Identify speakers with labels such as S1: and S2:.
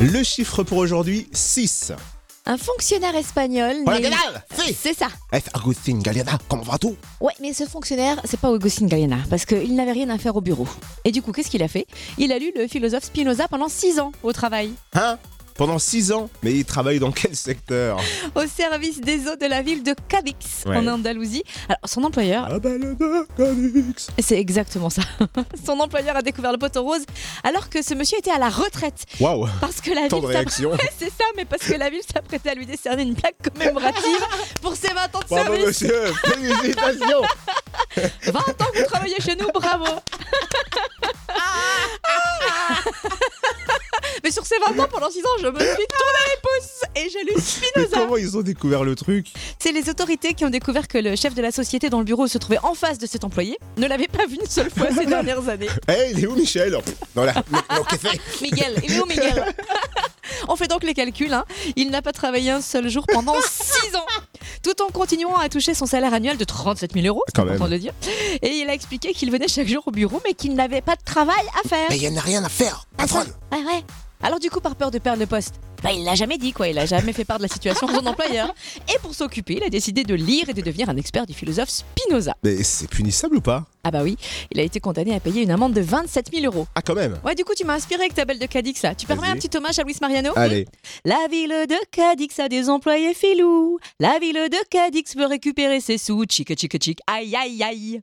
S1: Le chiffre pour aujourd'hui, 6.
S2: Un fonctionnaire espagnol.
S1: Hola, ¿qué
S2: né-
S1: tal? Sí.
S2: C'est ça.
S1: F. Agustin Eh, Galliana, comment vas-tu
S2: Ouais, mais ce fonctionnaire, c'est pas Augustin Galliana, parce qu'il n'avait rien à faire au bureau. Et du coup, qu'est-ce qu'il a fait Il a lu le philosophe Spinoza pendant 6 ans au travail,
S1: Hein Pendant 6 ans Mais il travaille dans quel secteur
S2: au service des eaux de la ville de Cadix,
S1: Ouais.
S2: en Andalousie. Alors, son employeur,
S1: Ah bah le Docalix.
S2: c'est exactement ça. son employeur a découvert le poteau rose alors que ce monsieur était à la retraite,
S1: Waouh
S3: Ah,
S2: parce que la
S1: Tant de
S2: ville. s'app-
S1: réactions
S2: Ouais, c'est ça, mais parce que la ville s'apprêtait à lui décerner une plaque commémorative pour ses 20 ans de
S1: Bravo
S2: service.
S1: monsieur Félicitations
S2: 20 ans que vous travaillez chez nous, bravo Mais sur ces 20 ans, pendant 6 ans, je me suis tourné les pouces et j'ai lu
S1: Mais
S2: Spinoza
S1: comment ils ont découvert le truc
S2: C'est les autorités qui ont découvert que le chef de la société dont le bureau se trouvait en face de cet employé ne l'avait pas vu une seule fois ces dernières années.
S1: Eh, il est où Michel Dans la... Non, qu'est-ce que c'est
S2: Miguel, il est où Miguel On fait donc les calculs, hein. il n'a pas travaillé un seul jour pendant 6 ans, tout en continuant à toucher son salaire annuel de 37 000 euros, c'est
S1: Quand même.
S2: important de le dire. Et il a expliqué qu'il venait chaque jour au bureau, mais qu'il n'avait pas de travail à faire.
S3: Mais il n'y a rien à faire, patronne
S2: Ouais, ouais. Alors du coup, par peur de perdre le poste, bah, il l'a jamais dit quoi, il a jamais fait part de la situation à son employeur. Et pour s'occuper, il a décidé de lire et de devenir un expert du philosophe Spinoza.
S1: Mais c'est punissable ou pas
S2: Ah bah oui, il a été condamné à payer une amende de 27 000 euros.
S1: Ah quand même
S2: Ouais, du coup, tu m'as inspiré avec ta belle de Cadix là. Tu permets
S1: Vas-y.
S2: un petit hommage à Luis Mariano
S3: Ah
S1: Allez,
S2: La ville de Cadix a des employés filous. La ville de Cadix veut récupérer ses sous. Chic, chic, chic. Aïe, aïe, aïe.